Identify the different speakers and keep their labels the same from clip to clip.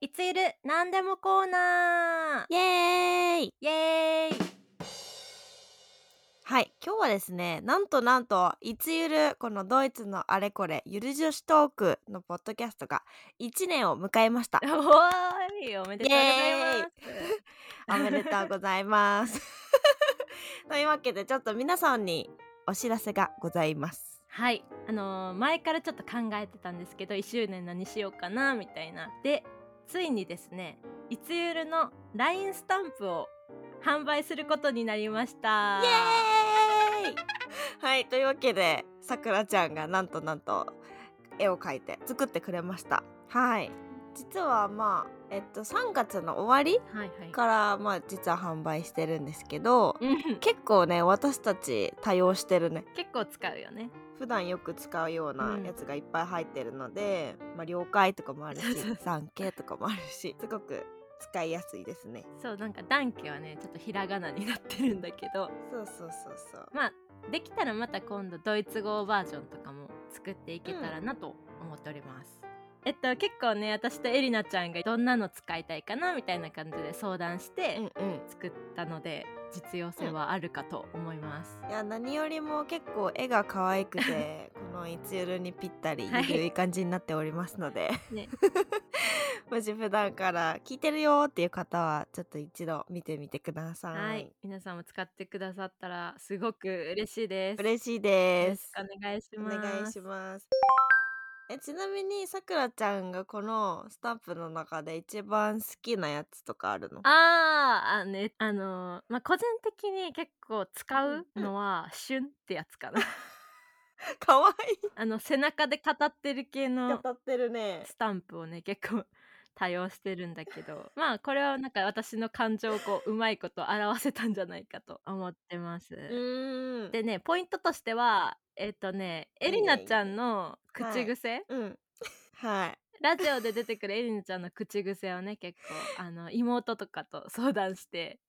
Speaker 1: いついるなんでもコーナー
Speaker 2: イエーイ
Speaker 1: イエーイ
Speaker 2: はい今日はですねなんとなんといつゆるこのドイツのあれこれゆる女子トークのポッドキャストが1年を迎えました
Speaker 1: おーいおめでとうございます
Speaker 2: おめでとうございます というわけでちょっと皆さんにお知らせがございます
Speaker 1: はいあのー前からちょっと考えてたんですけど1周年何しようかなみたいなでついにですねいつゆるの LINE スタンプを販売することになりました
Speaker 2: イエーイはいというわけでさくらちゃんがなんとなんと絵を描いて作ってくれましたはい実はまあえっと3月の終わり
Speaker 1: はいはい
Speaker 2: からまあ実は販売してるんですけど
Speaker 1: うん
Speaker 2: 結構ね私たち多用してるね
Speaker 1: 結構使うよね
Speaker 2: 普段よく使うような
Speaker 1: うん
Speaker 2: やつがいっぱい入ってるので、まあ了解とかもあるし
Speaker 1: そうそう
Speaker 2: 産経とかもあるしすごく使いやすいですね
Speaker 1: そうなんかダンケはねちょっとひらがなになってるんだけど
Speaker 2: そうそうそうそう
Speaker 1: まあできたらまた今度ドイツ語バージョンとかも作っていけたらなと思っております、えっと結構ね私とエリナちゃんがどんなの使いたいかなみたいな感じで相談して
Speaker 2: うんうん
Speaker 1: 作ったので実用性はあるかと思います、
Speaker 2: いや何よりも結構絵が可愛く てこのいつゆるにぴったり
Speaker 1: はい
Speaker 2: ゆるい感じになっておりますので、
Speaker 1: ね
Speaker 2: もし普段から聞いてるよっていう方はちょっと一度見てみてください、
Speaker 1: はい皆さんも使ってくださったらすごく嬉しいです
Speaker 2: 嬉しい
Speaker 1: よろ
Speaker 2: で
Speaker 1: し
Speaker 2: す
Speaker 1: くお願いし
Speaker 2: お
Speaker 1: ます
Speaker 2: 願いしますえちなみにさくらちゃんがこのスタンプの中で一番好きなやつとかあるの
Speaker 1: あーあねあのーまあ個人的に結構使うのは「旬」ってやつか な
Speaker 2: かわいい
Speaker 1: あの背中で語ってる系の
Speaker 2: 語ってるね
Speaker 1: スタンプをね結構 多用してるんだけどまあこれはなんか私の感情をこううまいこと表せたんじゃないかと思ってます。
Speaker 2: うーん
Speaker 1: でねポイントとしてはえっ、とね
Speaker 2: いい
Speaker 1: エ
Speaker 2: ね
Speaker 1: リナちゃんの口癖
Speaker 2: うんはい
Speaker 1: ラジオで出てくるエリナちゃんの口癖をね結構あの妹とかと相談して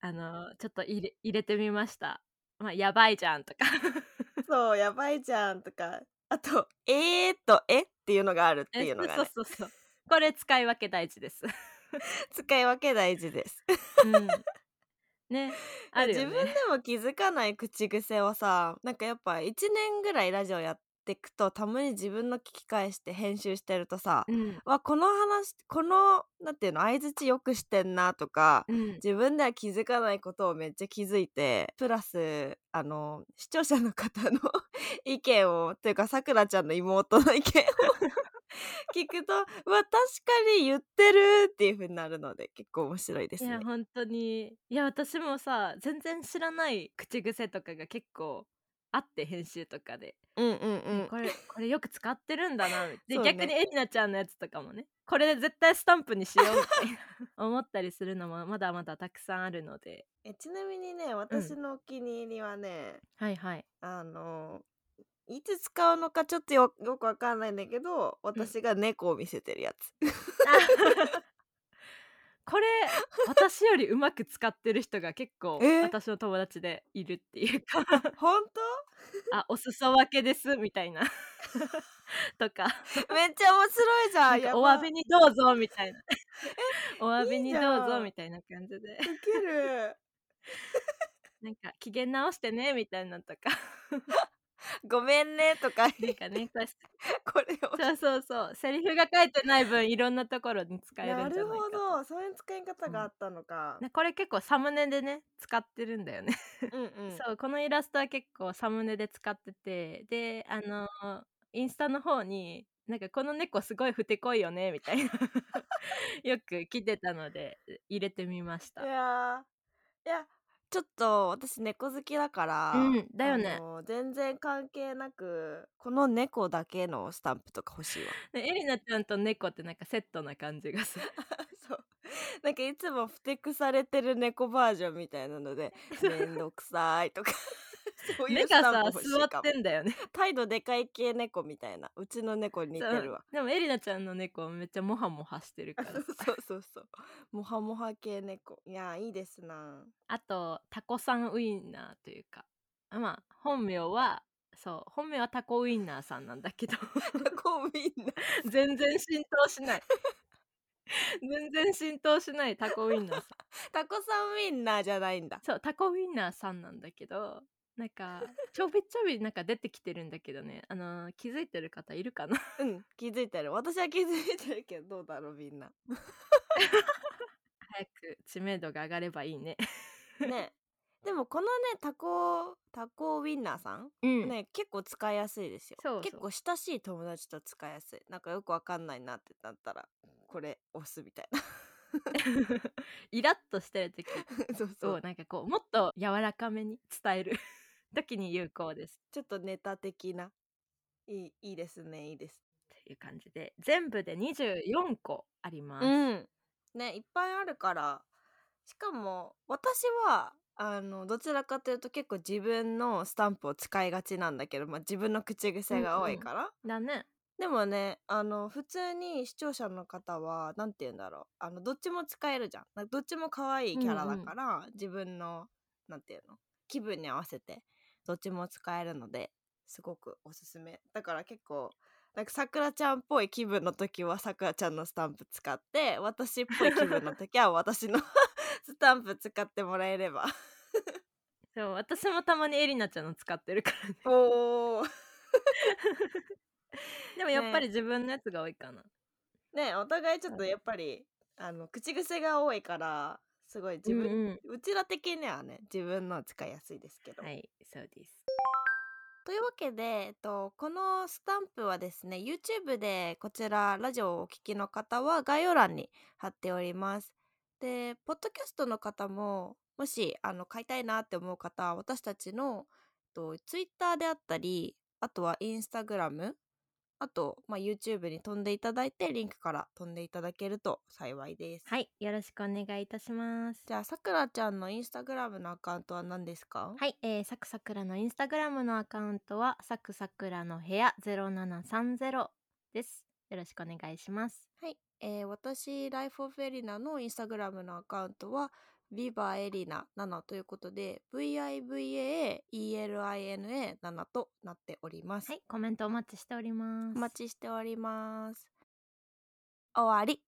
Speaker 1: あのちょっと入れ入れてみました。まあ、やばいじゃんとか
Speaker 2: そうやばいじゃんとかあとえーとえっていうのがあるっていうのが、ね、
Speaker 1: そうそうそうこれ使い分け大事 です、
Speaker 2: 使い分け大事 です
Speaker 1: うん、ねあるよね
Speaker 2: 自分でも気づかない口癖をさなんかやっぱ1年ぐらいラジオやってくとたまに自分の聞き返して編集してるとさ、
Speaker 1: うん
Speaker 2: わこの話このなんていうの相づちよくしてんなとか
Speaker 1: うん、
Speaker 2: 自分では気づかないことをめっちゃ気づいてプラスあの視聴者の方の 意見をというかさくらちゃんの妹の意見を 聞くとうわ確かに言ってるっていう風になるので結構面白いです
Speaker 1: い
Speaker 2: ね
Speaker 1: や。本当にいや私もさ全然知らない口癖とかが結構あって編集とかで、
Speaker 2: うんうんうん
Speaker 1: これこれよく使ってるんだなみたいな、
Speaker 2: そうね
Speaker 1: で逆にエリナちゃんのやつとかもねこれ絶対スタンプにしようみたい な 思ったりするのもまだまだたくさんあるので
Speaker 2: えちなみにね私のお気に入りはね、
Speaker 1: はいはい
Speaker 2: あのいつ使うのかちょっとよよくわかんないんだけど私が猫を見せてるやつ。
Speaker 1: これ私よりうまく使ってる人が結構
Speaker 2: え
Speaker 1: 私の友達でいるっていう か
Speaker 2: 本
Speaker 1: あお裾分けですみたいな とか
Speaker 2: 当めっちゃ面白いじゃ
Speaker 1: なん
Speaker 2: ん
Speaker 1: か
Speaker 2: やば
Speaker 1: お詫びにどうぞみたいな お詫びにど
Speaker 2: いいうじゃ
Speaker 1: ぞ
Speaker 2: ん
Speaker 1: みたいな感じで
Speaker 2: ウケる
Speaker 1: なんか機嫌直してねみたいなのとか
Speaker 2: ごめんねとか
Speaker 1: なんかねそうし
Speaker 2: これを
Speaker 1: そうそうそうセリフが書いてない分いろんなところに使えるんじゃ
Speaker 2: な
Speaker 1: ないかと
Speaker 2: るほどそういう使い方があったのか、
Speaker 1: ねこれ結構サムネでね使ってるんだよね、
Speaker 2: うんうん
Speaker 1: そうこのイラストは結構サムネで使っててであのインスタの方になんかこの猫すごいふてこいよねみたいな よく来てたので入れてみました
Speaker 2: いやーいやちょっと私猫好きだから、
Speaker 1: うんだよね
Speaker 2: あの全然関係なくこの猫だけのスタンプとか欲 しいわ
Speaker 1: ねエリナちゃんと猫ってなんかセットな感じがする
Speaker 2: そうなんかいつもふてくされてる猫バージョンみたい なので「めんどくさい」とか そうい
Speaker 1: 目
Speaker 2: うスタ
Speaker 1: が
Speaker 2: ン
Speaker 1: さ
Speaker 2: プ欲し
Speaker 1: 座
Speaker 2: いか
Speaker 1: っ
Speaker 2: も
Speaker 1: てんだよね
Speaker 2: 態度でかい系猫みたいなうちの猫に似てるわ
Speaker 1: そうでもエリナちゃんの猫めっちゃモハモハしてるから
Speaker 2: そう そうそうそう。もはもは系猫。いやーいいですな。
Speaker 1: あとタコさんウインナーというかあまあ本名はそう本名はタコウ インナーさんなんだけど
Speaker 2: タコウインナー。
Speaker 1: 全然浸透しない 全然浸透しないタコウインナーさん
Speaker 2: タコさんウインナーじゃないんだ
Speaker 1: そうタコウインナーさんなんだけどなんかちょびちょびなんか出てきてるんだけどねあのー気づいてる方いるかな
Speaker 2: うん気づいてる私は気づいてるけどどうだろうみんな
Speaker 1: 早く知名度が上がればいいね
Speaker 2: ねでもこのねタコタコウィンナーさん、
Speaker 1: うん
Speaker 2: ね結構使いやすいですよ
Speaker 1: そうそう
Speaker 2: 結構親しい友達と使いやすいなんかよくわかんないなってなったらこれ押すみたいな
Speaker 1: イラッとしてる時
Speaker 2: そうそ
Speaker 1: を
Speaker 2: う
Speaker 1: なんかこうもっと柔らかめに伝える 時に有効です
Speaker 2: ちょっとネタ的ないいいいですねいいです
Speaker 1: っていう感じで全部で24個あります、
Speaker 2: うんねいっぱいあるからしかも私はあのどちらかというと結構自分のスタンプを使いがちなんだけど、まあ、自分の口癖が多いから、
Speaker 1: だね
Speaker 2: でもねあの普通に視聴者の方はなんて言うんだろうあのどっちも使えるじゃんなんかどっちも可愛いキャラだから、自分のなんていうの気分に合わせてどっちも使えるのですごくおすすめだから結構なんかさくらちゃんっぽい気分の時はさくらちゃんのスタンプ使って私っぽい気分の時は私の スタンプ使ってもらえれば
Speaker 1: そう私もたまにエリナちゃんの使ってるからね
Speaker 2: おー
Speaker 1: でもやっぱり自分のやつが多いかな、
Speaker 2: ねお互いちょっとやっぱりあの口癖が多いからすごい自分、
Speaker 1: うんうん
Speaker 2: うちら的にはね自分のは使いやすいですけど。
Speaker 1: はいそうです
Speaker 2: というわけで、えっと、このスタンプはですね YouTube でこちらラジオをお聞きの方は概要欄に貼っております。でポッドキャストの方ももしあの買いたいなって思う方は私たちの、えっと、Twitter であったりあとは Instagram あと、まあ、YouTube に飛んでいただいてリンクから飛んでいただけると幸いです。
Speaker 1: はいよろしくお願いいたします
Speaker 2: じゃあさくらちゃんの Instagram のアカウントは何ですか
Speaker 1: はい、えー、サクサクラのインスタグラムのアカウントはサクサクラの部屋0730です。よろしくお願いします。
Speaker 2: はい、えー私、ライフオフエリナのインスタグラムのアカウントは、ビバエリナ7ということで、VIVAELINA7 となっております。
Speaker 1: はい、コメントお待ちしております。
Speaker 2: お待ちしております。終わり。